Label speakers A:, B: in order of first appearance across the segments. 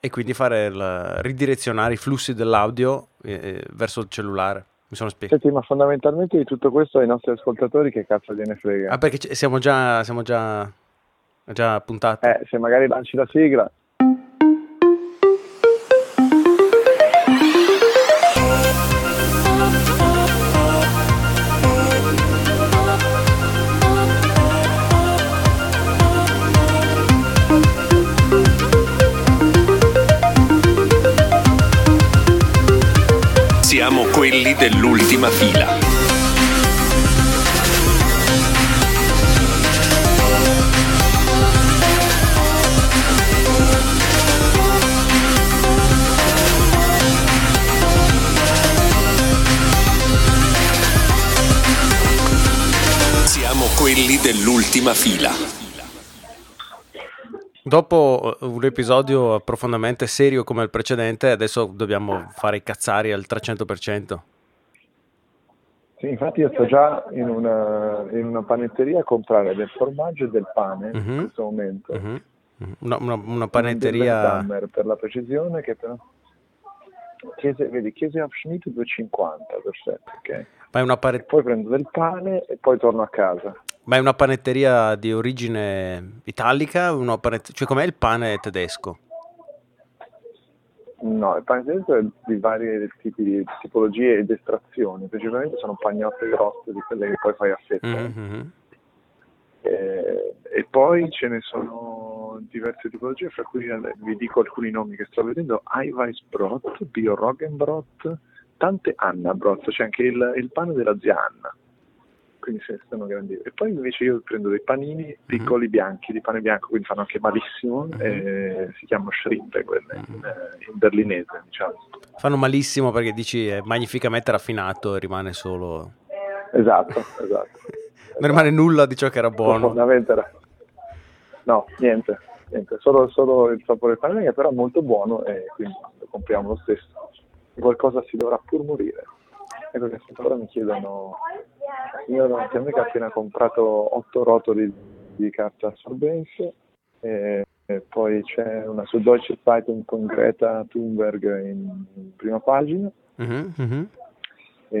A: e quindi fare il- ridirezionare i flussi dell'audio eh, eh, verso il cellulare. Mi sono spiegato.
B: Senti, ma fondamentalmente di tutto questo ai nostri ascoltatori che cazzo gliene frega?
A: Ah, perché ci- siamo già, siamo già, già puntati.
B: Eh, se magari lanci la sigla.
C: Siamo quelli dell'ultima fila. Siamo quelli dell'ultima fila.
A: Dopo eh, un episodio profondamente serio come il precedente, adesso dobbiamo fare i cazzari al 300%.
B: Sì, infatti io sto già in una, in una panetteria a comprare del formaggio e del pane
A: Mhm.
B: in questo momento.
A: Mhm, mhm. Una, una- una
B: Del
A: panetteria...
B: Stammer, per la precisione che però... Chiese, vedi, Chiese Abschnitt 2,50, perfetto, ok.
A: Ma è, una pare-
B: Poi prendo del pane e poi torno a casa.
A: ma è una panetteria di origine italica? Una panet- cioè com'è il pane tedesco?
B: No, il pane tedesco è di varie tipi di tipologie ed estrazioni, precisamente sono pagnotte grosse di quelle che poi fai a fetta.
A: Mhm.
B: Eh, e poi ce ne sono diverse tipologie, fra cui eh, vi dico alcuni nomi che sto vedendo, Eiweißbrot, Bioroggenbrot, tante Annabrot, c'è anche il, il pane della zia Anna, quindi se ne stanno grandi. E poi invece io prendo dei panini piccoli bianchi, di pane bianco, quindi fanno anche malissimo, eh, si chiamano Schrippe quelle, in, eh, in berlinese diciamo.
A: Fanno malissimo perché dici è magnificamente raffinato e rimane solo...
B: Esatto, esatto.
A: Non rimane nulla di ciò che era buono.
B: Profondamente era- No, niente, niente, solo, solo il sapore del pane che però è molto buono e quindi lo compriamo lo stesso. Di Qualcosa si dovrà pur morire. Ecco che ora mi chiedono, la signora davanti a me che ha appena comprato otto rotoli di carta assorbente e, e poi c'è una su Deutsche Zeitung con Greta Thunberg in, in prima pagina.
A: Mhm, mhm.
B: E,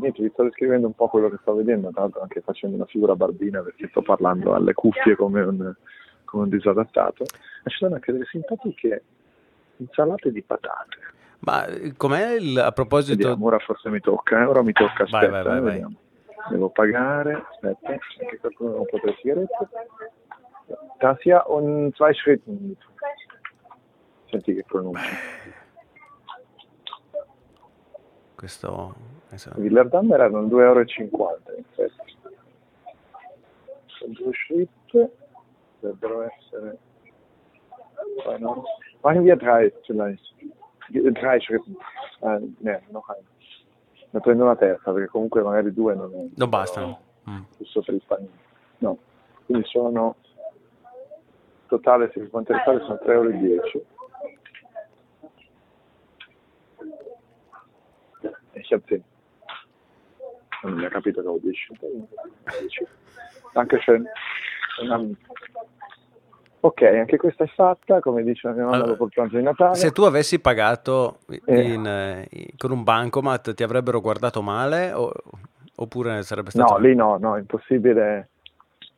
B: niente, vi sto descrivendo un po' quello che sto vedendo, tra l'altro anche facendo una figura barbina perché sto parlando alle cuffie come un, come un disadattato. Ma ci sono anche delle simpatiche insalate di patate.
A: Ma eh, com'è il... a proposito...
B: Vediamo, ora forse mi tocca, eh, ora mi tocca,
A: Vai,
B: aspetta,
A: vai, vai,
B: eh,
A: vai.
B: vediamo. Devo pagare, aspetta, anche qualcuno non può le sigarette. Tasia on zwei Schritten. Senti che pronuncia.
A: Questo... adesso-
B: Villerdammer erano 2,50 euro in effetti. Sono due slip, dovrebbero essere... Poi no. Machen wir drei vielleicht. G- Drei Schritten. Ah, ne, noch ein. Ne prendo una terza perché comunque magari due non, è-
A: Non bastano. Mm.
B: Giusto per il panino. No. Quindi sono... Totale, se vi può interessare, sono 3,10 euro. E si attende. Non mi ha capito che ho 10. 10. Anche se... una- Ok, anche questa è fatta, come dice la mia mamma
A: Allora,
B: dopo il pranzo di Natale.
A: Se tu avessi pagato
B: Eh.
A: in, eh, in- con un bancomat ti avrebbero guardato male o- oppure sarebbe stato...
B: No, lì no, no, impossibile,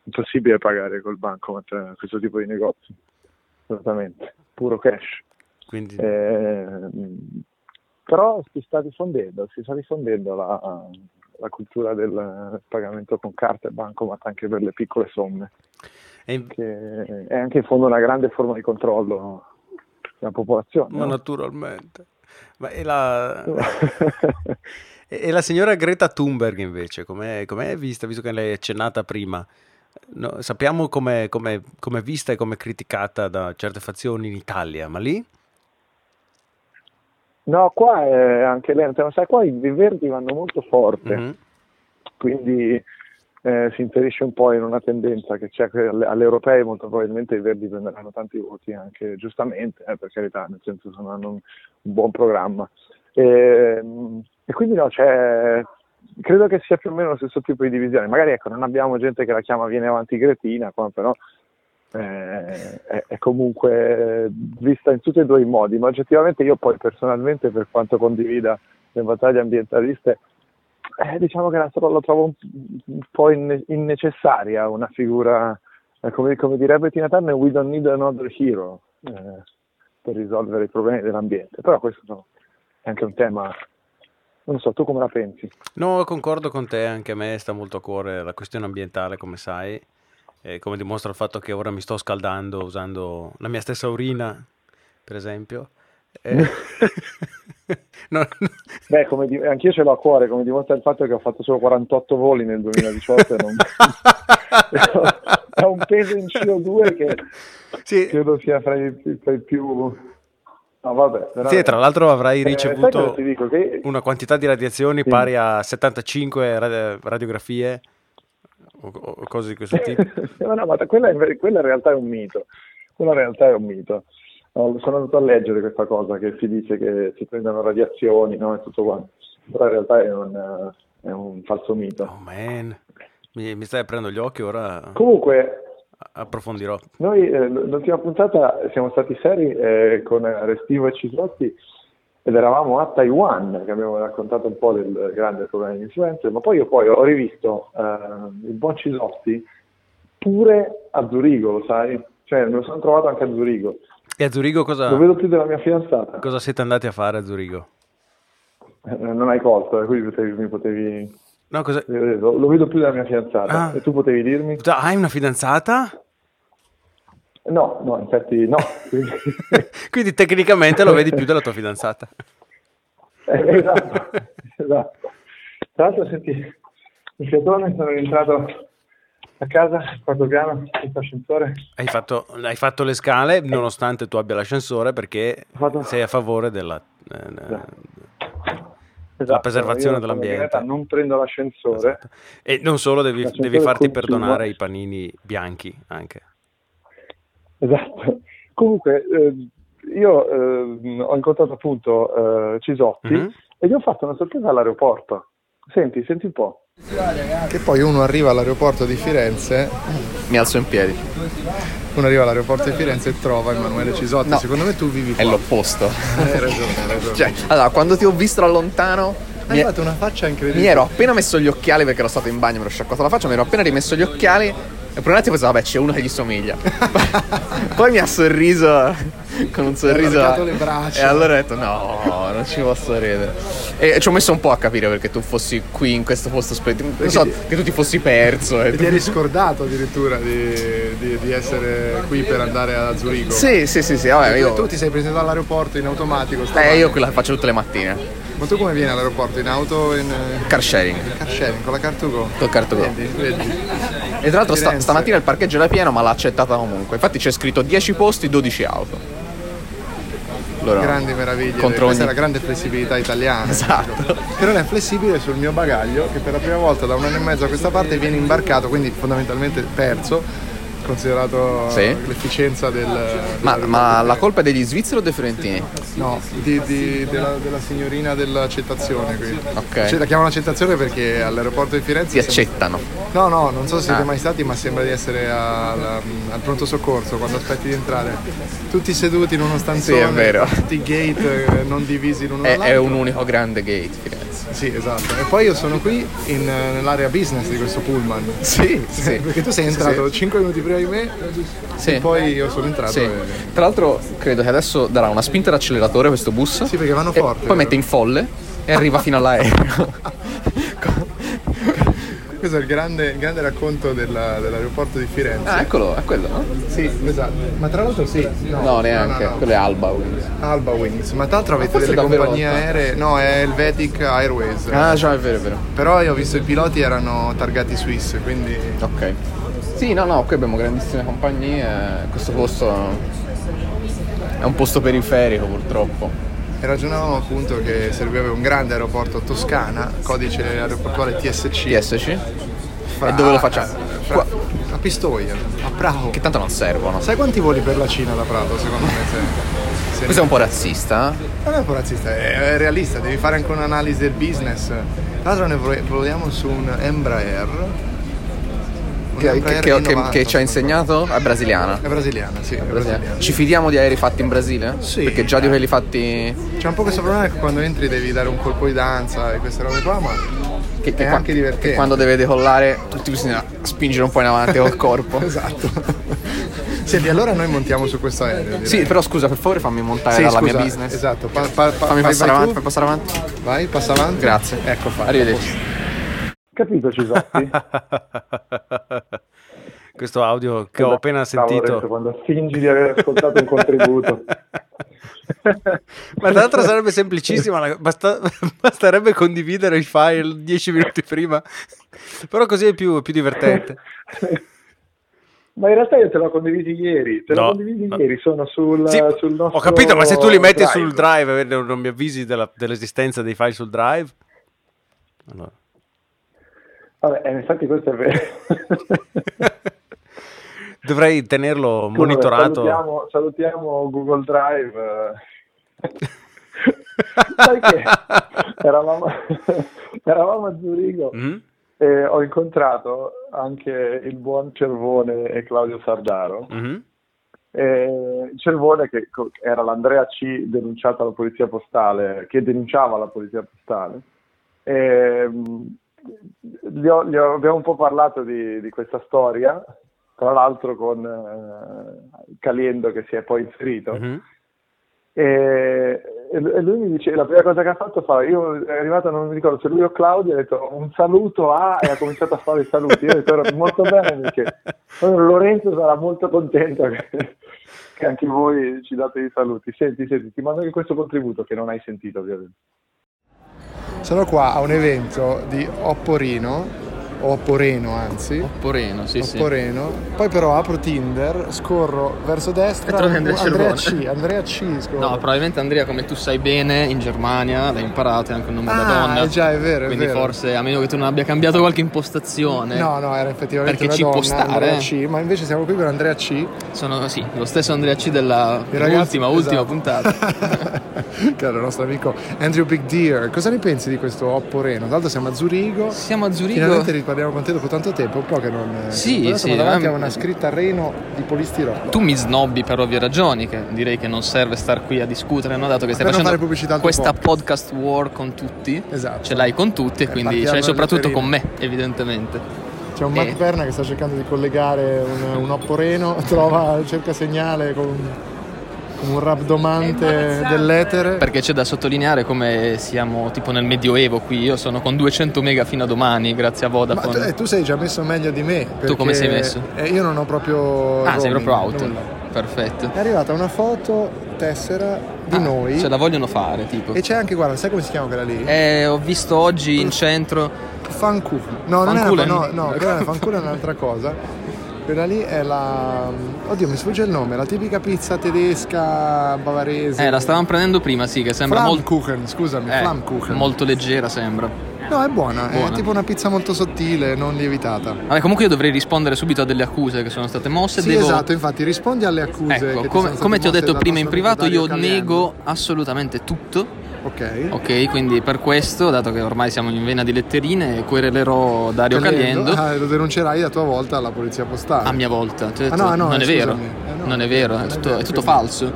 B: impossibile pagare col bancomat eh, questo tipo di negozi. Assolutamente, puro cash.
A: Quindi
B: Eh, mh, però si sta diffondendo, si sta diffondendo la, la cultura del pagamento con carta e bancomat anche per le piccole somme,
A: è in-
B: che è anche in fondo una grande forma di controllo della popolazione.
A: ma
B: no?
A: naturalmente. Ma e la... e la signora Greta Thunberg invece, com'è, com'è vista, visto che l'hai accennata prima? No, sappiamo com'è, com'è- com'è vista e com'è criticata da certe fazioni in Italia, ma lì?
B: No, qua è anche lento, ma sai, qua i i verdi vanno molto forte.
A: Mhm.
B: quindi eh, si inserisce un po' in una tendenza che c'è che alle, alle europee molto probabilmente i Verdi prenderanno tanti voti anche giustamente, eh, per carità, nel senso sono, hanno un, un buon programma. E, mm, e quindi no, c'è, credo che sia più o meno lo stesso tipo di divisione, magari ecco, non abbiamo gente che la chiama viene avanti Gretina, qua, però eh, è, è comunque vista in tutti e due i modi, ma oggettivamente io poi personalmente per quanto condivida le battaglie ambientaliste eh, diciamo che la, la trovo un, un po' inne- innecessaria una figura, eh, come, come, direbbe Tina Turner, we don't need another hero eh, per risolvere i problemi dell'ambiente, però questo no, è anche un tema, non so, tu come la pensi?
A: No, concordo con te, anche a me sta molto a cuore la questione ambientale, come sai, come dimostra il fatto che ora mi sto scaldando usando la mia stessa urina, per esempio. Eh,
B: no, no. Beh, come di- anch'io ce l'ho a cuore, come dimostra il fatto che ho fatto solo 48 voli nel 2018 non... è un peso in CO2 che sì. credo sia fra i, fra i più...
A: No, vabbè, sì, tra l'altro avrai ricevuto eh, che... una quantità di radiazioni sì. pari a 75 radi- radiografie o, o, cose di questo tipo.
B: no, ma quella, quella in realtà è un mito. Quella in realtà è un mito sono andato a leggere questa cosa che si dice che si prendono radiazioni no? e tutto quanto, però in realtà è un, è un falso mito.
A: Oh man, mi, mi, stai aprendo gli occhi ora?
B: Comunque,
A: approfondirò.
B: Noi eh, l'ultima puntata siamo stati seri eh, con Restivo e Cisotti ed eravamo a Taiwan, che abbiamo raccontato un po' del grande problema di influenza, ma poi io poi ho rivisto eh, il buon Cisotti pure a Zurigo, lo sai? Cioè, me lo sono trovato anche a Zurigo.
A: E a Zurigo cosa...
B: Lo vedo più della mia fidanzata.
A: Cosa siete andati a fare a Zurigo?
B: Eh, non hai colto, quindi potevi, mi potevi...
A: No, cosa...
B: Lo, lo vedo più della mia fidanzata. Ah. E tu potevi dirmi...
A: Ah, hai una fidanzata?
B: No, no, infatti no.
A: quindi, quindi tecnicamente lo vedi più della tua fidanzata.
B: eh, esatto, esatto. Tra l'altro, senti, il fiatone sono rientrato a casa, quarto piano, senza ascensore.
A: Hai fatto, hai fatto, le scale nonostante tu abbia l'ascensore perché fatto... sei a favore della, eh, esatto.
B: Esatto,
A: della preservazione dell'ambiente.
B: non prendo l'ascensore. Esatto.
A: E non solo, devi, devi farti continua. perdonare i panini bianchi anche.
B: Esatto. Comunque, eh, io eh, ho incontrato appunto Cisotti
A: Mhm.
B: mm-hmm. e gli ho fatto una sorpresa all'aeroporto. Senti, senti un po'.
D: Che poi uno arriva all'aeroporto di Firenze.
E: Mi alzo in piedi.
D: Uno arriva all'aeroporto di Firenze e trova Emanuele Cisotti. No. Secondo me tu vivi qua.
E: È l'opposto.
D: Hai ragione, hai ragione.
E: Cioè, allora, quando ti ho visto da lontano.
D: Hai fatto una faccia incredibile.
E: Mi ero appena messo gli occhiali perché ero stato in bagno, mi ero sciacquato la faccia, mi ero appena rimesso gli occhiali. E per un attimo pensavo, vabbè, c'è uno che gli somiglia. poi mi ha sorriso con un sorriso.
D: Ha le braccia.
E: E allora ho detto: No, non ci posso ridere. E ci ho messo un po' a capire perché tu fossi qui in questo posto splendido. Non so, ti... che tu ti fossi perso.
D: E, e tu... ti eri scordato addirittura di, di, di, essere qui per andare a Zurigo.
E: Sì, sì, sì, sì. Vabbè, io...
D: Tu ti sei presentato all'aeroporto in automatico.
E: Eh, male. io quella faccio tutte le mattine.
D: Ma tu come vieni all'aeroporto? In auto o in. eh,
E: Car sharing.
D: Car sharing, con la Cartugo.
E: Con Cartugo.
D: Vedi, vedi.
E: E tra l'altro sta, stamattina il parcheggio era pieno ma l'ha accettata comunque. Infatti c'è scritto 10 posti, 12 auto.
D: Allora, grandi meraviglie. Contro Questa ogni... è la grande flessibilità italiana.
E: Esatto.
D: Che non è flessibile sul mio bagaglio, che per la prima volta da un anno e mezzo a questa parte viene imbarcato, quindi fondamentalmente perso, considerato sì. l'efficienza del.
E: Ma, ma la colpa è degli svizzeri o dei fiorentini?
D: No, di, di, della, della, signorina dell'accettazione qui.
E: Ok.
D: Cioè, la chiamano accettazione perché all'aeroporto di Firenze.
E: Ti accettano.
D: No, no, non so se siete ah. mai stati, ma sembra di essere al, al, pronto soccorso quando aspetti di entrare. Tutti seduti in uno stanzone,
E: sì,
D: tutti gate eh, non divisi l'uno è,
E: è, un unico grande gate, Firenze.
D: Sì, esatto. E poi io sono qui in, eh, nell'area business di questo pullman.
E: Sì, sì.
D: perché tu sei entrato sì. 5 minuti prima di me sì. e poi io sono entrato. Sì. E...
E: Tra l'altro credo che adesso darà una spinta all'acceleratore questo bus.
D: Sì, perché vanno forte.
E: Poi mette in folle e arriva fino all'aereo.
D: questo è il grande, il grande racconto della, dell'aeroporto di Firenze.
E: Ah, eccolo, è quello, no?
D: Sì, esatto. Ma tra l'altro sì.
E: No, no neanche, no, no, quello è Alba Wings.
D: Alba Wings, ma tra l'altro avete ma delle compagnie aeree. No, è Helvetic Airways.
E: Ah, già, è vero, è vero.
D: Però io ho visto i piloti erano targati Swiss, quindi.
E: Ok. Sì, no, no, qui abbiamo grandissime compagnie. eh, Questo posto è un posto periferico purtroppo
D: e ragionavamo appunto che servirebbe un grande aeroporto Toscana, codice aeroportuale TSC.
E: TSC? Fra... E dove lo facciamo?
D: Fra... A Pistoia, a Prato.
E: Che tanto non servono.
D: Sai quanti voli per la Cina da Prato secondo me? Se...
E: se Questo ne... è un po' razzista? eh.
D: Non è un po' razzista, è, è realista, devi fare anche un'analisi del business. Tra l'altro ne voliamo su un Embraer
E: Che, che- che- che- che ci ha insegnato? È brasiliana.
D: È brasiliana, sì, è brasiliana.
E: Ci fidiamo di aerei fatti in Brasile?
D: Sì.
E: Perché già di quelli fatti.
D: C'è un po' questo problema che quando entri devi dare un colpo di danza e queste robe qua, ma
E: Che,
D: è
E: qua-
D: anche divertente.
E: che quando deve decollare, tutti bisogna spingere un po' in avanti col corpo.
D: Esatto. Senti, allora noi montiamo su questo aereo. direi.
E: Sì, però scusa, per favore fammi montare
D: Sì,
E: dalla
D: scusa,
E: mia business.
D: Esatto, pa- pa- pa-
E: Fammi
D: vai-
E: passare
D: vai
E: avanti,
D: tu.
E: fammi passare avanti.
D: Vai, passa avanti.
E: Grazie.
D: Ecco fatto.
E: Arrivederci.
B: Capito Giuseppe?
A: Questo audio che ho appena
B: Stavo adesso
A: sentito.
B: quando fingi di aver ascoltato un contributo.
A: Ma tra l'altro sarebbe semplicissima, la- basta- basterebbe condividere i file 10 minuti prima, però così è più, più divertente.
B: Ma in realtà io te l'ho condivisi ieri, te
A: No,
B: l'ho condivisi
A: ma-
B: ieri, sono sul,
A: Sì,
B: sul nostro
A: ho capito, ma se tu li metti sul drive eh, non non mi avvisi della- dell'esistenza dei file sul drive? Allora.
B: Vabbè, eh, infatti questo è vero.
A: Dovrei tenerlo monitorato.
B: Salutiamo, salutiamo Google Drive. eh. Sai che eravamo, eravamo a Zurigo
A: Mm?
B: e ho incontrato anche il buon Cervone e Claudio Sardaro.
A: Mhm.
B: Eh, Cervone, che co- era l'Andrea C denunciata alla polizia postale, che denunciava la polizia postale, ehm, gli ho- gli ho- abbiamo un po' parlato di, di questa storia, tra l'altro con eh, Caliendo che si è poi inserito.
A: Mhm.
B: E, e lu- e lui mi dice, la prima cosa che ha fatto fa, io è arrivato, non mi ricordo se lui o Claudio, ha detto un saluto a e ha cominciato a fare i saluti. Io ho detto "Era molto bene perché allora Lorenzo sarà molto contento che, che anche voi ci date i saluti. Senti, senti, ti mando anche questo contributo che non hai sentito ovviamente.
D: Sono qua a un evento di Opporino, o Opporeno anzi.
E: Poreno,
D: Oh,
E: sì,
D: Opporeno. Poi però apro Tinder, scorro verso destra.
E: E trovi Andrea
D: C,
E: Cervone.
D: Andrea C, scorro.
E: No, probabilmente Andrea, come tu sai bene, in Germania l'hai imparato, è anche un nome da
D: Ah,
E: donna.
D: eh già, è vero, è
E: Quindi
D: vero.
E: forse, a meno che tu non abbia cambiato qualche impostazione.
D: No, no, era effettivamente
E: Eh. Perché
D: una
E: ci
D: donna,
E: può stare,
D: Andrea
E: eh.
D: C, ma invece siamo qui con Andrea C.
E: Sono, sì, lo stesso Andrea C della
D: Il ragazzo-
E: ultima, ultima
D: esatto.
E: puntata.
D: che era il nostro amico Andrew Big Deer. Cosa ne pensi di questo Opporeno? Tra l'altro siamo a Zurigo.
E: Siamo a Zurigo.
D: Finalmente riparliamo con te dopo tanto tempo, un po' che non... eh,
E: Sì,
D: però siamo
E: sì,
D: davanti
E: ehm,
D: a una scritta a Reno di polistirolo.
E: Tu mi snobbi per ovvie ragioni, che direi che non serve star qui a discutere, no? dato che stai
D: Per non
E: facendo
D: fare pubblicità al tuo
E: questa
D: podcast.
E: podcast war con tutti.
D: Esatto.
E: Ce l'hai con tutti e
D: Eh,
E: quindi ce
D: partiamo
E: l'hai soprattutto
D: alle
E: con me, evidentemente.
D: C'è un Matt
E: Eh.
D: Perna che sta cercando di collegare un, un Opporeno, trova, cerca segnale con, con un rabdomante dell'etere.
E: Perché c'è da sottolineare come siamo tipo nel medioevo qui, io sono con 200 mega fino a domani grazie a
D: Ma tu,
E: Vodafone.
D: eh, tu sei già messo meglio di me. Perché,
E: come sei messo?
D: eh, io non ho proprio...
E: ah, sei
D: roaming,
E: proprio out.
D: nulla.
E: Perfetto.
D: È arrivata una foto tessera di
E: Ah,
D: noi.
E: Ce la vogliono fare, tipo.
D: E c'è anche, guarda, sai come si chiama quella lì?
E: Eh, ho visto oggi in centro
D: Fanculo. No, non
E: Fanculo eh?
D: è
E: è
D: no,
E: un-
D: no, quella fanculo è un'altra cosa. Quella lì è la. Oddio, mi sfugge il nome, la tipica pizza tedesca bavarese.
E: Eh, la stavamo prendendo prima, sì, che sembra molto
D: Flammkuchen, scusami,
E: eh,
D: Flammkuchen.
E: molto leggera sembra.
D: No, è buona, è
E: Buona.
D: tipo una pizza molto sottile, non lievitata.
E: Vabbè, comunque io dovrei rispondere subito a delle accuse che sono state mosse.
D: sì,
E: devo...
D: esatto, infatti rispondi alle accuse. che
E: Ecco,
D: ti
E: come,
D: sono
E: come ti ho
D: state
E: detto
D: mosse
E: prima in
D: dal
E: privato,
D: nostro
E: io
D: amico Dario
E: nego assolutamente tutto.
D: Caliendo. Ok.
E: Ok, quindi per questo, dato che ormai siamo in vena di letterine, querelerò Dario Caliendo.
D: Ah, lo denuncerai a tua volta alla polizia postale.
E: a mia volta. Ti ho
D: Ah,
E: detto,
D: no, no,
E: non,
D: eh,
E: è vero,
D: scusami. Eh, no,
E: non è vero,
D: non
E: è
D: è
E: tutto,
D: vero,
E: è tutto
D: quindi-
E: falso.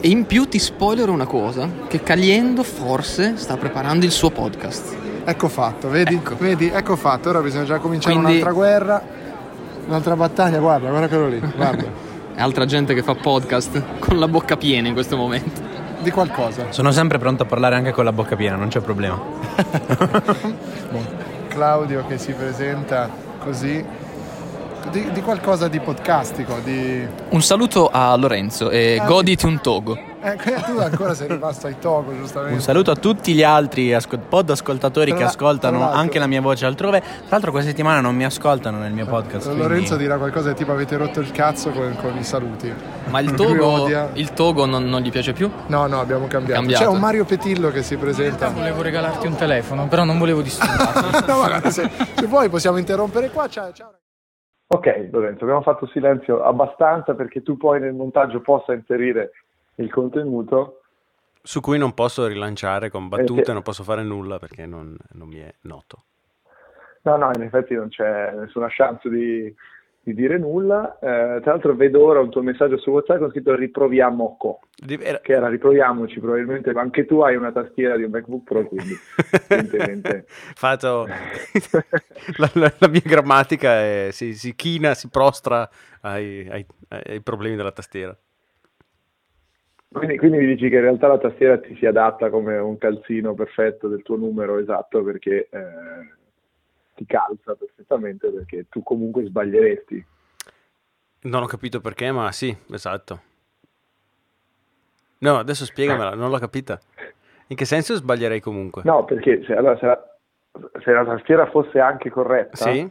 E: E in più ti spoilero una cosa, che Caliendo forse sta preparando il suo podcast.
D: Ecco fatto, vedi?
E: Ecco.
D: Vedi? Ecco fatto, ora bisogna già cominciare
E: Quindi-
D: un'altra guerra, un'altra battaglia, guarda, guarda quello lì, guarda,
E: E altra gente che fa podcast con la bocca piena in questo momento.
D: di qualcosa.
F: Sono sempre pronto a parlare anche con la bocca piena, non c'è problema.
D: Claudio che si presenta così, di, di qualcosa di podcastico, di...
E: Un saluto a Lorenzo e
D: Ah, sì.
E: goditi un togo.
D: Ecco, tu ancora sei rimasto ai togo, giustamente.
F: Un saluto a tutti gli altri asco- pod ascoltatori
D: Tra
F: che
D: la- tra
F: ascoltano
D: l'altro-
F: anche la mia voce altrove. Tra l'altro questa settimana non mi ascoltano nel mio podcast. quindi-
D: Lorenzo dirà qualcosa tipo avete rotto il cazzo con, con i saluti.
E: Ma il
D: Lui
E: togo,
D: odia.
E: il togo non, non gli piace più?
D: No, no, abbiamo cambiato.
E: Cambiato.
D: C'è un Mario Petillo che si presenta.
G: Volevo regalarti un telefono, però non volevo disturbarti.
D: no, guarda, se, se vuoi possiamo interrompere qua, ciao, ciao.
B: Ok Lorenzo, abbiamo fatto silenzio abbastanza perché tu poi nel montaggio possa inserire il contenuto.
A: Su cui non posso rilanciare con battute,
B: Eh, sì.
A: non posso fare nulla perché non, non mi è noto.
B: No, no, in effetti non c'è nessuna chance di, di dire nulla. Eh, tra l'altro vedo ora un tuo messaggio su WhatsApp con scritto riproviamo co,
A: Di- era-
B: che era riproviamoci, probabilmente ma anche tu hai una tastiera di un MacBook Pro, quindi evidentemente.
A: Fatto la, la- la mia grammatica è- si, si china, si prostra ai, ai- ai problemi della tastiera.
B: Quindi, quindi mi dici che in realtà la tastiera ti si adatta come un calzino perfetto del tuo numero esatto perché eh, ti calza perfettamente perché tu comunque sbaglieresti.
A: Non ho capito perché, ma sì, esatto. No, adesso spiegamela, non l'ho capita. In che senso sbaglierei comunque?
B: No, perché se, allora, se, la, se la tastiera fosse anche corretta,
A: Sì,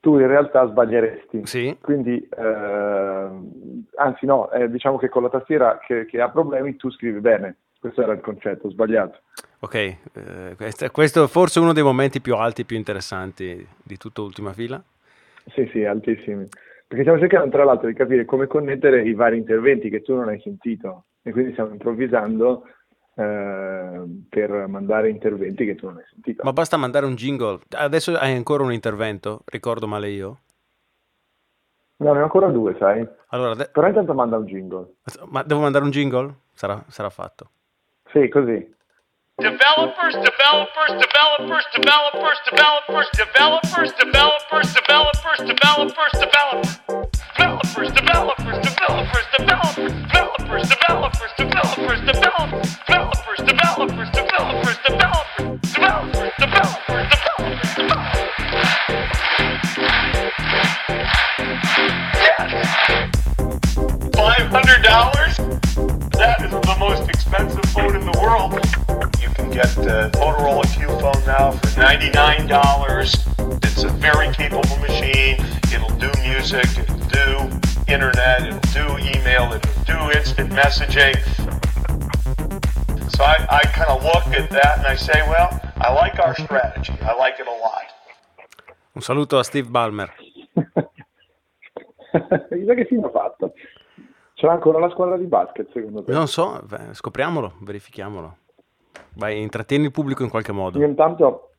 B: tu in realtà sbaglieresti.
A: sì,
B: Quindi, ehm, anzi no, eh, diciamo che con la tastiera che, che ha problemi tu scrivi bene. Questo era il concetto, sbagliato.
A: ok. eh, questo, questo è forse uno dei momenti più alti e più interessanti di tutta Ultima Fila.
B: Sì, sì, altissimi. Perché stiamo cercando tra l'altro di capire come connettere i vari interventi che tu non hai sentito e quindi stiamo improvvisando ehm, per mandare interventi che tu non hai sentito.
A: Ma basta mandare un jingle. Adesso hai ancora un intervento, ricordo male io.
B: No, ne ho ancora due, sai?
A: Allora, ade-
B: Però intanto manda un jingle.
A: ma devo mandare un jingle? Sarà, sarà fatto.
B: Sì, così. Eh,
H: Developers, developers, developers, developers, developers, developers, developers, developers, developers, developers. Developers, developers, developers, developers, developers, developers, developers, developers, developers, developers, developers, developers, developers, developers, developers, developers. Five hundred dollars? That is the most expensive phone in the world. You can get the Motorola Q phone now for $99. It's a very capable machine. It'll do music, it'll do internet, it'll do email, it'll do instant messaging. So I, I kind of look at that and I say, well, I like our strategy. I like it a lot.
A: Un saluto a Steve Ballmer.
B: Chissà che fine ha fatto. C'era ancora la squadra di basket, secondo te?
A: Non so, beh, scopriamolo, verifichiamolo. Vai, intrattieni il pubblico in qualche modo.
B: Io intanto...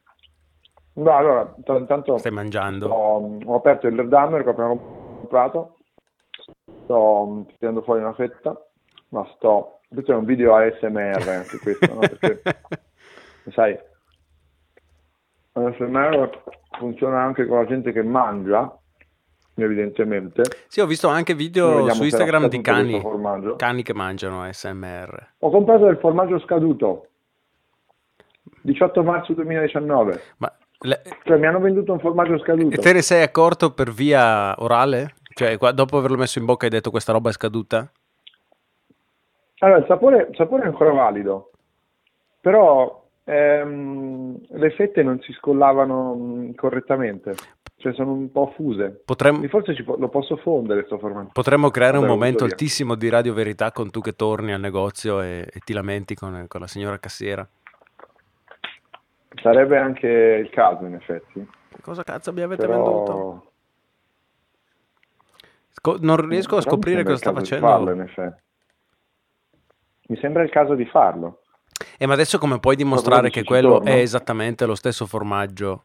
B: No, allora, t- intanto...
A: Stai mangiando.
B: ho, ho aperto il Lerdamer che ho appena comprato, sto mm, tirando fuori una fetta, ma sto... Questo è un video ASMR eh, anche questo, no? Perché, sai, ASMR funziona anche con la gente che mangia, evidentemente.
A: Sì, ho visto anche
B: Noi
A: video
B: vediamo
A: su
B: se
A: Instagram
B: raccaduto
A: di cani.
B: questo formaggio.
A: Cani che mangiano SMR.
B: Ho comprato del formaggio scaduto, 18 marzo 2019,
A: Ma le-
B: cioè mi hanno venduto un formaggio
A: e
B: scaduto.
A: te ne sei accorto per via orale? Cioè, qua- dopo averlo messo in bocca hai detto questa roba è scaduta?
B: Allora, il sapore, il sapore è ancora valido, però ehm, le fette non si scollavano mh, correttamente, cioè sono un po' fuse.
A: Potremmo...
B: Quindi forse ci po- lo posso fondere sto formaggio.
A: Potremmo creare un
B: Vabbè, lo
A: momento
B: butto via.
A: altissimo di Radio Verità con tu che torni al negozio e, e ti lamenti con, con la signora cassiera.
B: Sarebbe anche il caso, in effetti.
A: Che Cosa cazzo mi avete venduto?
B: Però...
A: Sco- non riesco a
B: però mi
A: scoprire cosa
B: sembra il
A: sta
B: caso di farlo,
A: facendo.
B: in effetti. Mi sembra il caso di farlo.
A: E Eh, ma adesso come puoi dimostrare
B: dici,
A: che
B: ci
A: quello
B: torno?
A: è esattamente lo stesso formaggio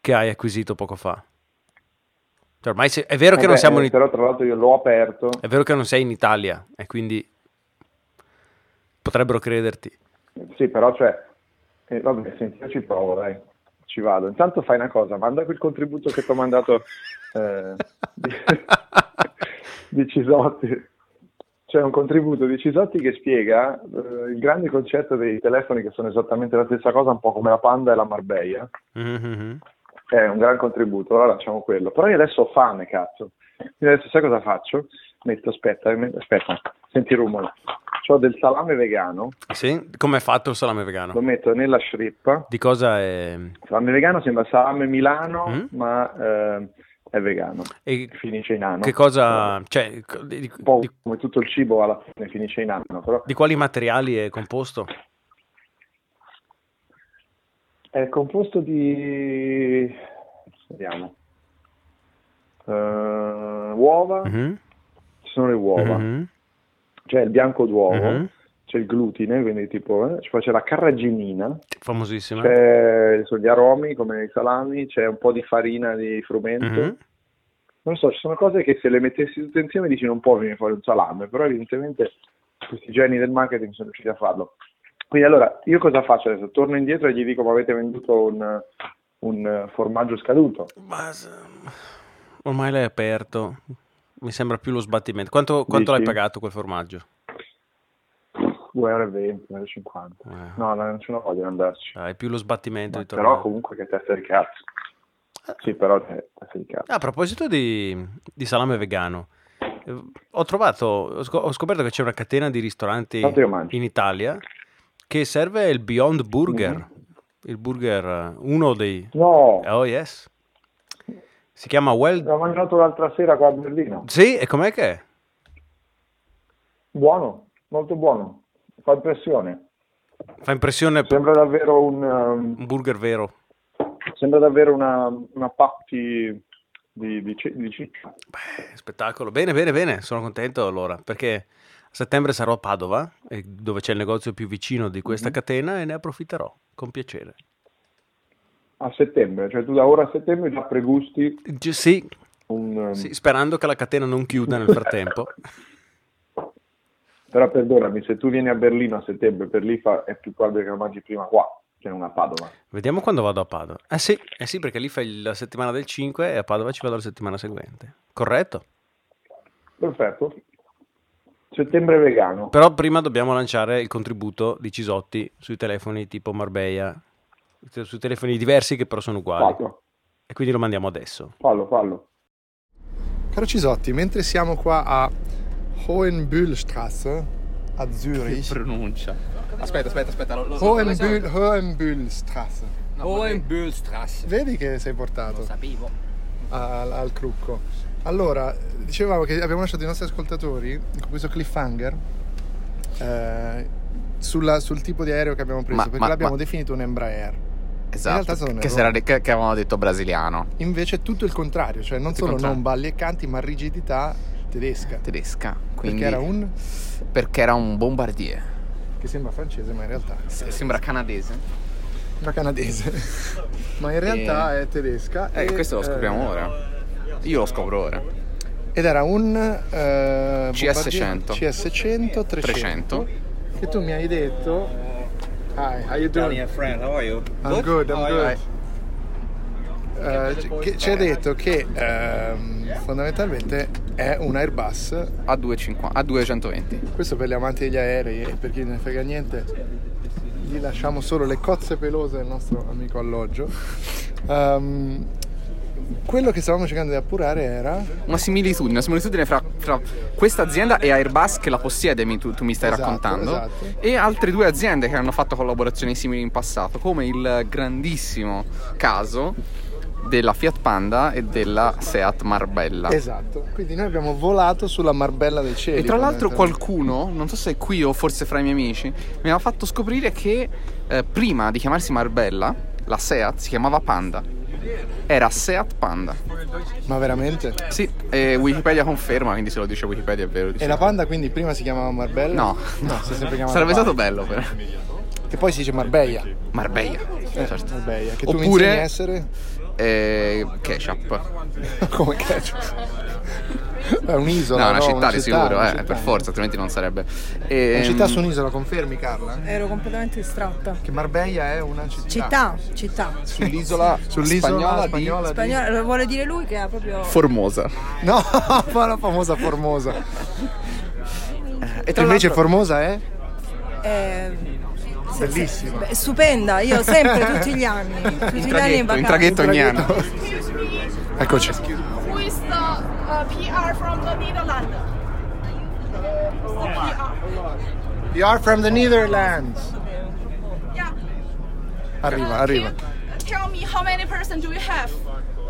A: che hai acquisito poco fa? Cioè, ormai se- è, vero che
B: Eh
A: non
B: beh,
A: siamo
B: eh,
A: in,
B: Però tra l'altro io l'ho aperto.
A: è vero che non sei in Italia e quindi potrebbero crederti.
B: Sì, però cioè, eh, vabbè, senti, io ci provo, dai, ci vado. Intanto fai una cosa, manda quel contributo che ti ho mandato eh, di, di Cisotti. C'è un contributo di Cisotti che spiega eh, il grande concetto dei telefoni che sono esattamente la stessa cosa, un po' come la Panda e la Marbella.
A: Mhm.
B: È un gran contributo, allora facciamo quello. Però io adesso ho fame, cazzo. Quindi adesso sai cosa faccio? Metto, aspetta, eh, met- aspetta, senti il rumore. Ho del salame vegano,
A: Sì? Come è fatto il salame
B: lo
A: vegano?
B: metto nella shrippa,
A: Di cosa è...
B: Salame vegano sembra salame Milano,
A: Mm.
B: ma eh, è vegano.
A: e-
B: Finisce in ano.
A: Che
B: Eh,
A: cosa, cioè, di, di-
B: Un po'
A: di-
B: come tutto il cibo alla fine finisce in ano, però
A: di quali materiali è composto?
B: è composto di... vediamo. Eh, uova,
A: Mhm,
B: ci sono le uova,
A: mhm,
B: c'è il bianco d'uovo,
A: mhm.
B: c'è il glutine, quindi tipo, eh, poi c'è la carragginina,
A: Famosissima.
B: c'è ci sono gli aromi come i salami, c'è un po' di farina di frumento,
A: Mhm.
B: non lo so, ci sono cose che se le mettessi tutte insieme dici non può venire fuori un salame, però evidentemente questi geni del marketing sono riusciti a farlo. Quindi allora, io cosa faccio adesso? Torno indietro e gli dico ma avete venduto un, un, eh, formaggio scaduto?
A: Ma s- ormai l'hai aperto. Mi sembra più lo sbattimento. Quanto, quanto
B: Dici?
A: l'hai pagato quel formaggio?
B: 2,20 euro, 1,50
A: Eh.
B: No, no, non ce la voglio di andarci.
A: Ah, è più lo sbattimento di Eh. tornare.
B: Però comunque che testa di cazzo. Sì, però te- testa di cazzo.
A: Ah, A proposito di, di salame vegano, eh, ho trovato, ho scop- ho scoperto che c'è una catena di ristoranti
B: Tanto io mangio.
A: in Italia che serve il Beyond Burger.
B: Mhm.
A: Il burger, eh, uno dei...
B: No,
A: Oh yes. Si chiama Well...
B: l'ho mangiato l'altra sera qua a Berlino.
A: Sì, e com'è che è?
B: Buono, molto buono. Fa impressione.
A: Fa impressione
B: Sembra davvero un... um,
A: un burger vero.
B: Sembra davvero una, una patti di, di, ci- di ciccia.
A: Spettacolo. Bene, bene, bene. Sono contento allora perché a settembre sarò a Padova, e dove c'è il negozio più vicino di questa catena e ne approfitterò con piacere.
B: A settembre, cioè tu da ora a settembre già pregusti
A: Gi- sì,
B: un... um,
A: sì, sperando che la catena non chiuda nel frattempo.
B: Però perdonami, se tu vieni a Berlino a settembre, per lì fa, è più probabile che lo mangi prima qua che non a Padova.
A: Vediamo quando vado a Padova. Eh sì, eh sì, perché lì fai la settimana del 5 e a Padova ci vado la settimana seguente. Corretto.
B: Perfetto. Settembre vegano.
A: Però prima dobbiamo lanciare il contributo di Cisotti sui telefoni tipo Marbella, cioè sui telefoni diversi che però sono uguali.
B: Fallo,
A: E quindi lo mandiamo adesso.
B: fallo, fallo.
D: Caro Cisotti, mentre siamo qua a Hohenbühlstraße, a Zurich.
E: Pronuncia.
F: Aspetta, aspetta, aspetta. Lo, lo,
D: Hohenbühl, Hohenbühlstraße.
F: Hohenbühlstrasse.
D: Vedi che sei portato
F: Sapevo.
D: al, al crucco. Allora, dicevamo che abbiamo lasciato i nostri ascoltatori con questo cliffhanger eh, sulla- sul tipo di aereo che abbiamo preso,
E: Ma-
D: perché
E: ma-
D: l'abbiamo
E: ma-
D: definito un Embraer. realtà
E: Esatto.
D: sono
E: Che,
D: ero-
E: sarà- che- che avevamo detto brasiliano.
D: Invece è tutto il contrario, cioè non
E: Tutto
D: solo
E: il contrario.
D: non balli e canti, ma rigidità tedesca.
E: Tedesca. Quindi,
D: Perché era un
E: Perché era un bombardier.
D: che sembra francese, ma in realtà
E: Se- Sembra canadese.
D: una canadese. ma in realtà è tedesca.
E: Eh,
D: e,
E: questo lo scopriamo ora. Io lo scopro ora.
D: Ed era un eh,
E: CS100.
D: bombardier- CS100 300,
E: 300.
D: Che tu mi hai detto Hi, how you doing?
F: friend, how are you?
D: I'm good, I'm good. Eh, c- che ci hai detto che ehm, fondamentalmente è un Airbus
E: A, 250 a 220.
D: Questo per gli amanti degli aerei e per chi ne frega niente, gli lasciamo solo le cozze pelose del nostro amico alloggio. Ehm, quello che stavamo cercando di appurare era.
E: Una similitudine, una similitudine fra, fra questa azienda e Airbus che la possiede, mi- tu, tu mi stai
D: Esatto,
E: raccontando,
D: esatto.
E: e altre due aziende che hanno fatto collaborazioni simili in passato, come il grandissimo caso della Fiat Panda e della Seat Marbella.
D: Esatto, quindi noi abbiamo volato sulla marbella dei cieli.
E: E tra l'altro
D: fondamentalmente.
E: qualcuno, non so se qui o forse fra i miei amici, mi aveva fatto scoprire che eh, prima di chiamarsi Marbella, la Seat si chiamava Panda. Era Seat Panda.
D: Ma veramente?
E: Sì, e Wikipedia conferma, quindi se lo dice Wikipedia è vero.
D: E
E: diciamo.
D: la panda quindi prima si chiamava Marbella?
E: No,
D: no, si è sempre chiamata Panda.
E: Sarebbe stato bello però.
D: Che poi si dice Marbella.
E: Marbella,
D: Eh,
E: certo.
D: Marbella, che tu mi
E: Oppure-
D: insegni a essere
E: Eh, ketchup.
D: come ketchup. È un'isola.
E: no, una città
D: una
E: di sicuro,
D: una
E: eh,
D: città.
E: per forza, altrimenti non sarebbe.
D: È
E: Ehm,
D: Una città su un'isola, confermi Carla?
I: Ero completamente distratta.
D: Che Marbella è una città.
I: Città, città.
E: sull'isola,
D: Sull'isola
E: spagnola, di
D: spagnola, di...
I: Spagnolo, lo vuole dire lui che ha proprio...
E: Formosa.
D: No, fa la famosa Formosa.
E: E tra
D: Invece
E: l'altro-
D: Formosa è?
I: eh, se-
D: Bellissima.
I: se- beh, stupenda, io sempre, tutti gli anni. Tutti gli anni in
E: traghetto, in
I: vacanza.
E: traghetto ogni anno.
D: Eccoci.
J: Who is the uh, PR from the Netherlands?
D: You are from the Netherlands.
J: Yeah.
D: Arriva,
J: Uh,
D: arriva.
J: can you Tell me how many person do you have?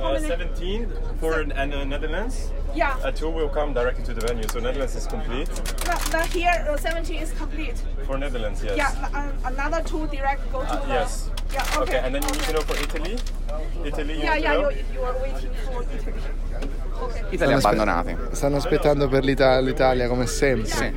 J: How many?
K: 17 Uh, for an, and, uh, Netherlands.
J: Yeah.
K: A tour will come directly to the venue, so Netherlands is complete.
J: The, the here uh, 17 is complete.
K: For Netherlands, yes.
I: uh,
J: Yeah. Uh, another two direct go to
K: Uh,
J: the.
K: yes.
J: Yeah, okay.
K: Okay, and then you need to know for Italy. Italy, you
J: Yeah,
K: need
J: yeah,
K: to
J: you,
K: know.
J: you are waiting for Italy. Okay.
E: Italia
D: Stanno aspe-
E: abbandonati.
D: Stanno aspettando per l'Ita- l'Italia come sempre.
E: Sì.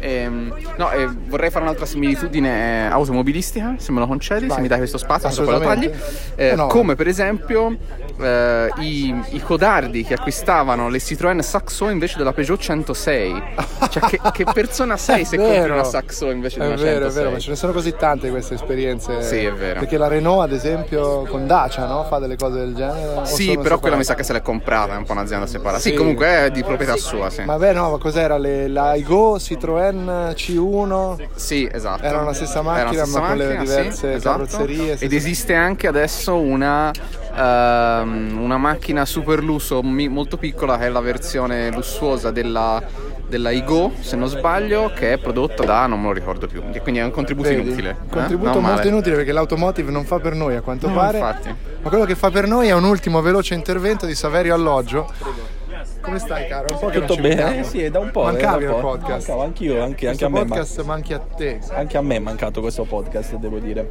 E: Ehm, no, eh, vorrei fare un'altra similitudine eh, automobilistica, se me lo concedi, se mi dai questo spazio, se poi lo tagli.
D: Assolutamente.
E: Eh,
D: Eh, no.
E: Come per esempio eh, i, i codardi che acquistavano le Citroën Saxo invece della Peugeot 106. Cioè, che, che persona sei se compri
D: vero.
E: una Saxo invece di
D: È
E: una
D: vero, è
E: 106?
D: vero, ma ce ne sono così tante di queste esperienze.
E: Sì, è vero.
D: Perché la Renault, ad esempio, con Dacia, no? Fa delle cose del genere. o
E: Sì,
D: sono
E: però quella mi
D: separate?
E: sa che se l'è comprata, è un po' un'azienda separata. Sì,
D: Sì.
E: comunque è di proprietà sua, sì.
D: Ma beh, no, ma cos'era? Le, la Igo, Citroën C1.
E: Sì, esatto.
D: Era la stessa
E: Era
D: macchina,
E: la stessa
D: ma con le
E: macchina, sì,
D: diverse
E: esatto.
D: carrozzerie.
E: Ed esiste anche adesso una, ehm, una macchina super lusso mi- molto piccola che è la versione lussuosa della, della Igo, se non sbaglio, che è prodotta da, non me lo ricordo più, quindi è un contributo
D: Vedi?
E: inutile. eh?
D: Contributo molto
E: Non male.
D: inutile perché l'automotive non fa per noi a quanto
E: No,
D: pare.
E: infatti.
D: Ma quello che fa per noi è un ultimo veloce intervento di Saverio Alloggio. Come stai, caro? Un po' che non
L: Tutto
D: ci
L: bene?
D: vediamo.
L: Eh, sì, è da un po'.
D: Mancavi
L: era da
D: al
L: un po'.
D: podcast.
L: Mancavo anch'io, anche, anche
D: Questo
L: a me.
D: podcast manchi a te.
L: Anche a me è mancato questo podcast, devo dire.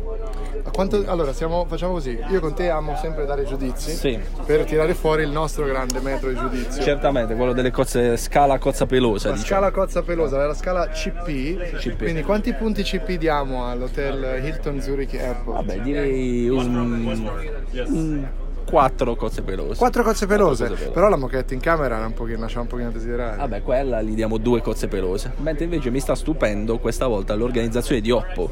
D: A quanto- allora, siamo- facciamo così. Io con te amo sempre dare giudizi
L: Sì.
D: per tirare fuori il nostro grande metro di giudizio.
L: Certamente, quello delle cozze, scala cozza pelosa.
D: La
L: diciamo.
D: scala cozza pelosa, la scala CP, quindi quanti punti CP diamo all'hotel Hilton Zurich Airport?
L: Vabbè, direi un, un 4 cozze pelose.
D: Quattro cozze pelose,
L: Quattro cozze
D: però la moquette in camera era un pochino, lasciava un pochino a desiderare.
L: Vabbè, quella gli diamo due cozze pelose. Mentre invece mi sta stupendo questa volta l'organizzazione di Oppo,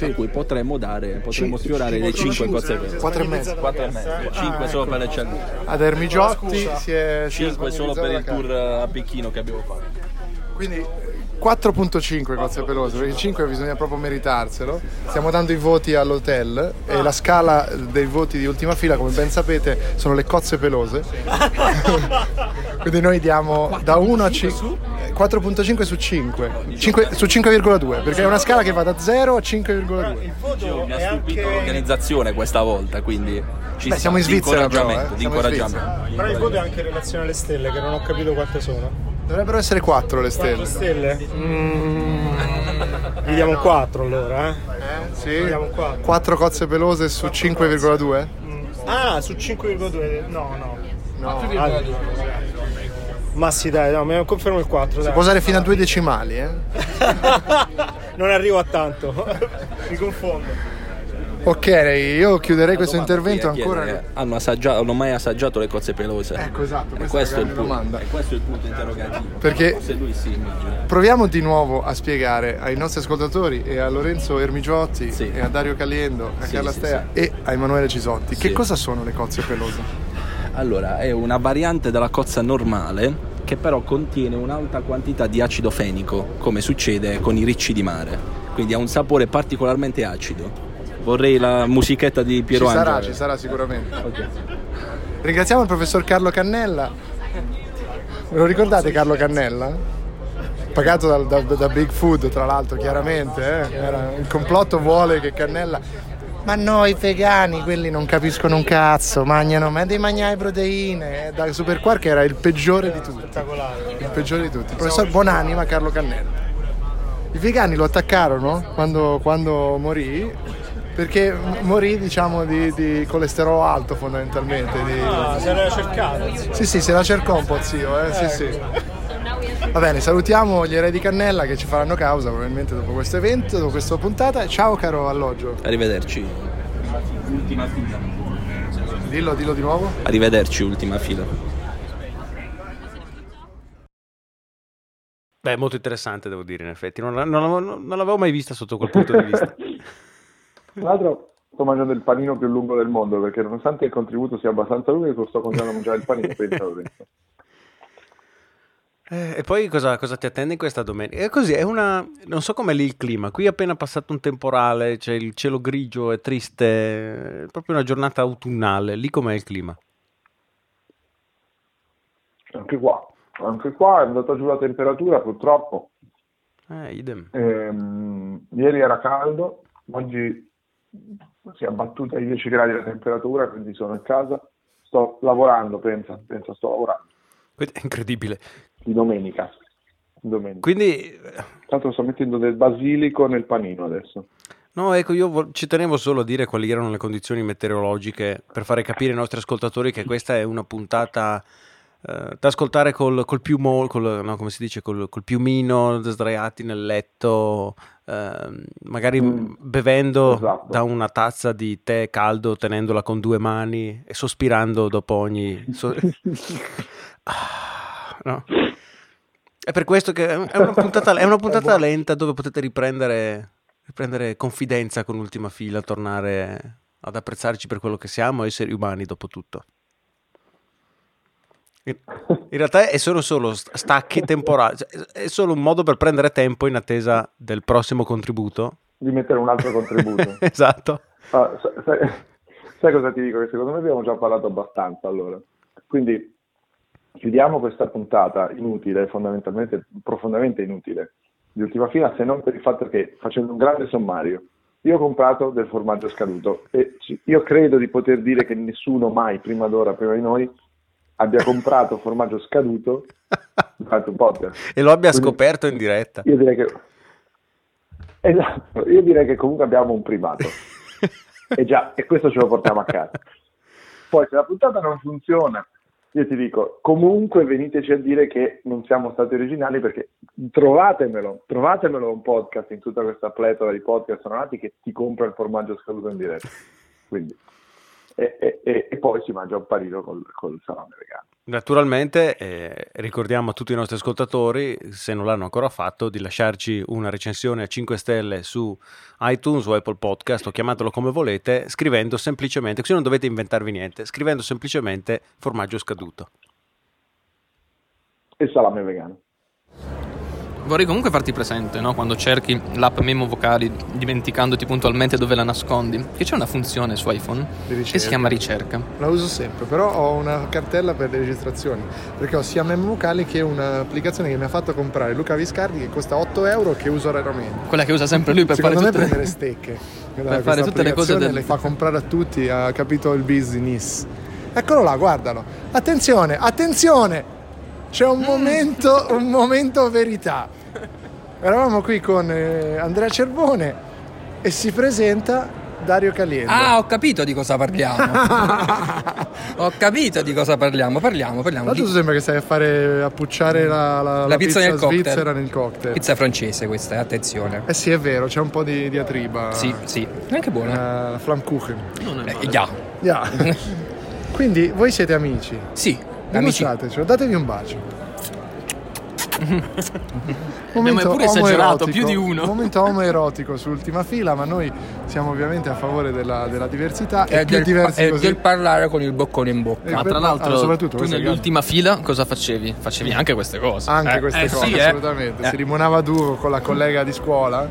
L: a cui potremmo dare, potremmo sfiorare le 5 cozze pelose.
D: Quattro e mezzo.
L: Quattro e mezzo, 5 solo per le cellule.
D: Ad Ermigiotti si è... si è
L: 5 solo per il
D: sbagliata la
L: tour a Pechino che abbiamo fatto.
D: cara. Quindi 4.5 cozze pelose, perché 5 bisogna proprio meritarselo. Stiamo dando i voti all'hotel e la scala dei voti di ultima fila, come ben sapete, sono le cozze pelose. Quindi noi diamo da 1 a 5 4.5 su 5. su 5,2, perché è una scala che va da 0 a 5,2.
L: Mi ha stupito l'organizzazione questa volta, quindi ci
D: Beh,
L: sta,
D: siamo in
L: di
D: Svizzera però,
L: incoraggiamento,
D: eh,
L: di
D: siamo in
L: incoraggiamento.
M: Però il voto è anche in relazione alle stelle, che non ho capito quante sono.
D: Dovrebbero essere 4 le
M: Quattro
D: stelle.
M: stelle? Gli diamo 4 allora, eh?
D: Sì.
M: Gli diamo 4.
D: 4 cozze pelose su 5,2?
M: Ah, su 5,2. No, no. ah.
D: No.
M: Ma sì, dai, no, mi confermo il 4.
D: Si può usare fino a due decimali, eh?
M: Non arrivo a tanto. mi confondo.
D: Ok, io chiuderei questo intervento
L: Chi è
D: ancora.
L: che Eh, hanno, assaggiato, hanno mai assaggiato le cozze pelose? Ecco,
D: esatto,
L: e
D: questa
L: questo
D: è
L: è
D: la
L: il
D: grande
L: punto,
D: domanda.
L: E questo è il punto interrogativo.
D: Perché-
L: se lui si immagina.
D: Proviamo di nuovo a spiegare ai nostri ascoltatori e a Lorenzo Ermigiotti e a Dario Caliendo, a
L: Sì,
D: Carla
L: sì,
D: Stea e a Emanuele Gisotti che cosa sono le cozze pelose?
L: Allora, è una variante della cozza normale che però contiene un'alta quantità di acido fenico, come succede con i ricci di mare. Quindi ha un sapore particolarmente acido. Vorrei la musichetta di Piero
D: ci sarà,
L: Angela.
D: ci sarà sicuramente. Ringraziamo il professor Carlo Cannella. Ve lo ricordate Carlo Cannella? Pagato dal- da, da Big Food, tra l'altro, chiaramente. eh. Era- il complotto vuole che Cannella. Ma noi vegani, quelli non capiscono un cazzo, mangiano, ma devi mangiare proteine. Eh, Da Super Quark era il peggiore di tutti. Il peggiore di tutti. Il professor Buonanima Carlo Cannella. I vegani lo attaccarono quando, quando morì perché m- morì diciamo di, di colesterolo alto fondamentalmente. di-
M: Ah, se l'era cercato. insomma.
D: Sì, sì, se la cercò un po' zio, eh, sì, sì. Va bene, salutiamo gli eredi Cannella che ci faranno causa probabilmente dopo questo evento, dopo questa puntata. Ciao caro alloggio.
L: Arrivederci.
D: Dillo, dillo di nuovo.
L: Arrivederci, ultima fila.
A: Beh, molto interessante, devo dire, in effetti. Non, la- non la- non l'avevo mai vista sotto quel punto di vista. Mm.
B: Tra l'altro sto mangiando il panino più lungo del mondo perché nonostante il contributo sia abbastanza lungo, sto continuando a mangiare il panino pensa Lorenzo.
A: Eh, e poi cosa, cosa ti attende in questa domenica? È così, è una... Non so com'è lì il clima. Qui è appena passato un temporale, c'è il cielo grigio, è triste. È proprio una giornata autunnale. Lì com'è il clima?
B: Anche qua. Anche qua è andata giù la temperatura purtroppo.
A: Eh, idem.
B: Ehm, ieri era caldo, oggi si è abbattuta ai 10 gradi la temperatura, quindi sono a casa. Sto lavorando, pensa, pensa, sto lavorando.
A: È incredibile.
B: Di domenica. Di domenica.
A: Quindi...
B: Tanto sto mettendo del basilico nel panino adesso.
A: No, ecco, io vo- ci tenevo solo a dire quali erano le condizioni meteorologiche per fare capire ai nostri ascoltatori che questa è una puntata eh, da ascoltare col, col piumo, col, no, come si dice, col, col piumino, sdraiati nel letto, ehm, magari bevendo da una tazza di tè caldo, tenendola con due mani e sospirando dopo ogni... so- Ah, no? È per questo che è una puntata, è una puntata lenta dove potete riprendere, riprendere confidenza con l'ultima fila, tornare ad apprezzarci per quello che siamo, esseri umani dopo tutto. In in realtà è solo, solo st- stacchi temporali, cioè, è- è solo un modo per prendere tempo in attesa del prossimo contributo.
B: di mettere un altro contributo.
A: esatto.
B: Ah, sa- sa- sai, cosa ti dico? Che secondo me abbiamo già parlato abbastanza allora. Quindi chiudiamo questa puntata inutile, fondamentalmente profondamente inutile, di ultima fila, se non per il fatto che, facendo un grande sommario, io ho comprato del formaggio scaduto e ci- io credo di poter dire che nessuno mai, prima d'ora, prima di noi, abbia comprato formaggio scaduto durante un podcast.
A: E lo abbia
B: Quindi-
A: scoperto in diretta.
B: Io direi che Esatto, io direi che comunque abbiamo un primato. e Eh già, e questo ce lo portiamo a casa. Poi se la puntata non funziona, io ti dico, comunque veniteci a dire che non siamo stati originali perché trovatemelo, trovatemelo un podcast in tutta questa pletora di podcast nati che ti compra il formaggio scaduto in diretta. Quindi, e, e- e- e poi si mangia un parino col, col salame vegano.
A: Naturalmente eh, ricordiamo a tutti i nostri ascoltatori, se non l'hanno ancora fatto, di lasciarci una recensione a 5 stelle su iTunes o Apple Podcast o chiamatelo come volete, scrivendo semplicemente, così non dovete inventarvi niente, scrivendo semplicemente formaggio scaduto.
B: E salame vegano.
N: Vorrei comunque farti presente, no? Quando cerchi l'app memo vocali, dimenticandoti puntualmente dove la nascondi, che c'è una funzione su iPhone che si chiama ricerca.
D: La uso sempre, però ho una cartella per le registrazioni, perché ho sia Memo Vocale che un'applicazione che mi ha fatto comprare Luca Viscardi che costa 8 euro che uso raramente.
N: Quella che usa sempre lui per
D: Secondo
N: fare
D: me
N: tutte...
D: prendere stecche.
N: Per
D: Guarda,
N: fare
D: questa
N: tutte le cose
D: applicazione
N: del-
D: le fa comprare a tutti, ha capito il business. Eccolo là, guardalo. Attenzione, attenzione! C'è un momento, un momento verità. Eravamo qui con eh, Andrea Cervone e si presenta Dario Caliendo.
M: Ah, ho capito di cosa parliamo. ho capito di cosa parliamo. Parliamo, parliamo.
D: Tanto tu
M: Di...
D: sembra che stai a fare a pucciare la, la-
M: La
D: la
M: pizza nel cocktail.
D: svizzera nel cocktail.
M: Pizza francese questa, eh, attenzione.
D: Eh sì, è vero, c'è un po' di diatriba.
M: Sì, sì. Anche
D: buona. Flammkuchen.
M: Eh, ja.
D: Ya. Quindi voi siete amici?
M: Sì. amici.
D: Dimostratecelo, datevi un bacio.
N: Abbiamo pure esagerato,
D: omoerotico,
N: più di uno.
D: Momento omoerotico sull'ultima fila, ma noi siamo ovviamente a favore della, della diversità e,
M: È
D: più
M: del,
D: diversi
M: è
D: così.
M: del parlare con il boccone in bocca.
D: Ma tra l'altro, Ah, soprattutto
N: tu
D: questa è
N: nell'ultima fila cosa facevi? Facevi anche queste cose.
D: Anche
N: Eh,
D: queste
N: eh,
D: cose,
N: sì, eh.
D: assolutamente.
N: Eh.
D: Si limonava duro con la collega di scuola.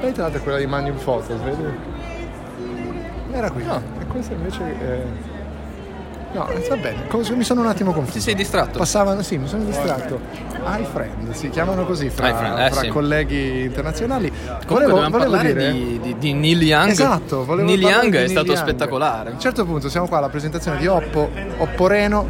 D: Lei tra l'altro è quella di Magnum Photos, vedi? Era qui. E questa invece... è- No, sta bene. Cos- Mi sono un attimo confuso. Ti sei
N: distratto?
D: Passavano, sì, mi sono distratto. High Friend, si chiamano così fra,
N: High Friend, eh,
D: fra
N: sì.
D: colleghi internazionali.
N: Comunque
D: volevo
N: dovevamo
D: volevo
N: parlare
D: dire...
N: di, di- di Neil Young.
D: Esatto, volevo
N: Neil
D: parlare
N: Young
D: di
N: è
D: Neil
N: stato
D: Young.
N: spettacolare.
D: A un certo punto siamo qua alla presentazione di Oppo, Oppo Reno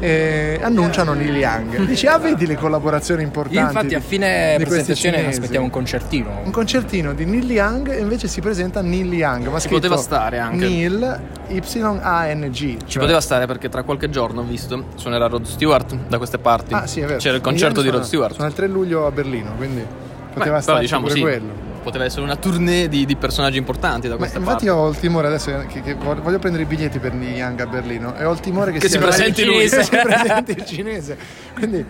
D: e annunciano Neil Young. Dici, ah vedi le collaborazioni importanti.
M: Io infatti a
D: di-
M: fine
D: di questi
M: presentazione
D: cinesi.
M: aspettiamo un concertino.
D: Un concertino di Neil Young e invece si presenta Neil Young, ma
N: Ci
D: scritto
N: poteva stare anche.
D: Neil Y-A-N-G.
N: Ci poteva stare perché tra qualche giorno ho visto suonerà Rod Stewart da queste parti.
D: Ah sì, è vero.
N: C'era
D: Neil
N: il concerto
D: Young
N: di Rod
D: suona-
N: Stewart.
D: Suona il 3 luglio a Berlino, quindi poteva
N: Beh,
D: stare
N: diciamo
D: pure
N: sì,
D: quello.
N: Poteva essere una tournée di, di personaggi importanti da
D: Ma
N: queste
D: infatti
N: parti.
D: ho il timore adesso che, che voglio voglio prendere i biglietti per Neil Young a Berlino e ho il timore che,
N: Che
D: sia
N: si presenti lui.
D: che si presenti il cinese. Quindi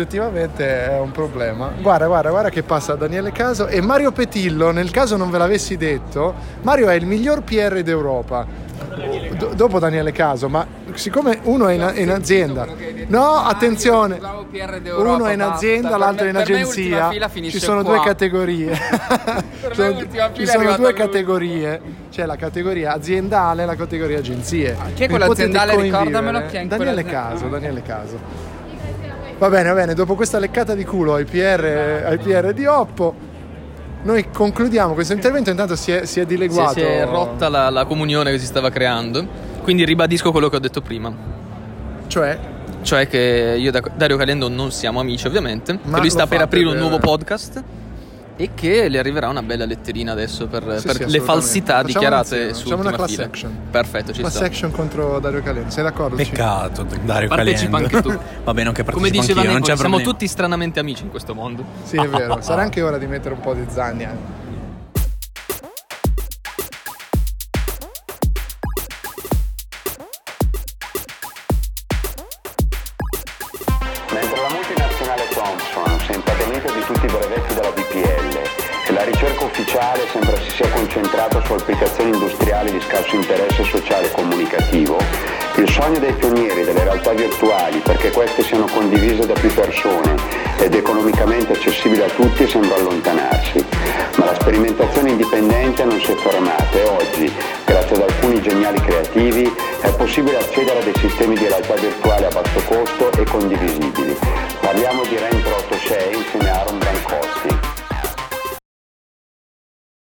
D: oggettivamente è un problema. Guarda, guarda, guarda che passa Daniele Caso e Mario Petillo, nel caso non ve l'avessi detto, Mario è il miglior PR d'Europa. Do- dopo Daniele Caso, ma siccome uno è in, è in azienda, no, attenzione, uno è in azienda, l'altro è in
M: Per me- per me ultima
D: agenzia,
M: fila
D: ci
M: finisce
D: sono
M: qua.
D: due categorie. Ci sono-
M: l'ultima
D: ci
M: fila è
D: sono
M: arrivata
D: due
M: lui.
D: categorie, c'è la categoria aziendale e la categoria agenzie.
M: Ah, chi è
D: Quindi
M: quello
D: potete
M: aziendale?
D: convivere.
M: Ricordamelo chi è in
D: Daniele
M: quella-
D: Caso, Daniele Caso. Va bene, va bene, dopo questa leccata di culo ai PR, ai PR di Oppo, noi concludiamo questo intervento, intanto si è, si è
N: Si è-
D: dileguato.
N: si è rotta la, la comunione che si stava creando. Quindi ribadisco quello che ho detto prima.
D: Cioè?
N: Cioè che io e Da- Dario Calendo non siamo amici ovviamente.
D: Ma
N: e lui sta
D: lo
N: per
D: fate
N: aprire un
D: per-
N: nuovo podcast. E che le arriverà una bella letterina adesso per,
D: Sì,
N: per
D: sì,
N: le
D: assolutamente.
N: falsità
D: Facciamo
N: dichiarate
D: una-
N: su
D: facciamo una
N: Ultima
D: class
N: Fila.
D: action.
N: Perfetto, ci
D: Class
N: sta.
D: action contro Dario Calenda, sei d'accordo? Cicco?
O: Peccato, Dario
N: Partecipa
O: Calenda.
N: anche tu.
O: Va bene, anche
N: Come
O: partecipa
N: diceva
O: anch'io, non
N: Nico,
O: c'è
N: siamo
O: problema.
N: tutti stranamente amici in questo mondo.
D: Sì, è vero. Sarà anche ora di mettere un po' di zanni anche.
L: Mentre la multinazionale Thomson si impadronita di tutti i brevetti della BPL e la ricerca ufficiale sembra si sia concentrata su applicazioni industriali di scarso interesse sociale e comunicativo, il sogno dei pionieri delle realtà virtuali perché queste siano condivise da più persone ed economicamente accessibili a tutti sembra allontanarsi. Ma la sperimentazione indipendente non si è fermata e oggi, grazie ad alcuni geniali creativi, è possibile accedere a dei sistemi di realtà virtuale a basso costo e condivisibili. Parliamo di Rent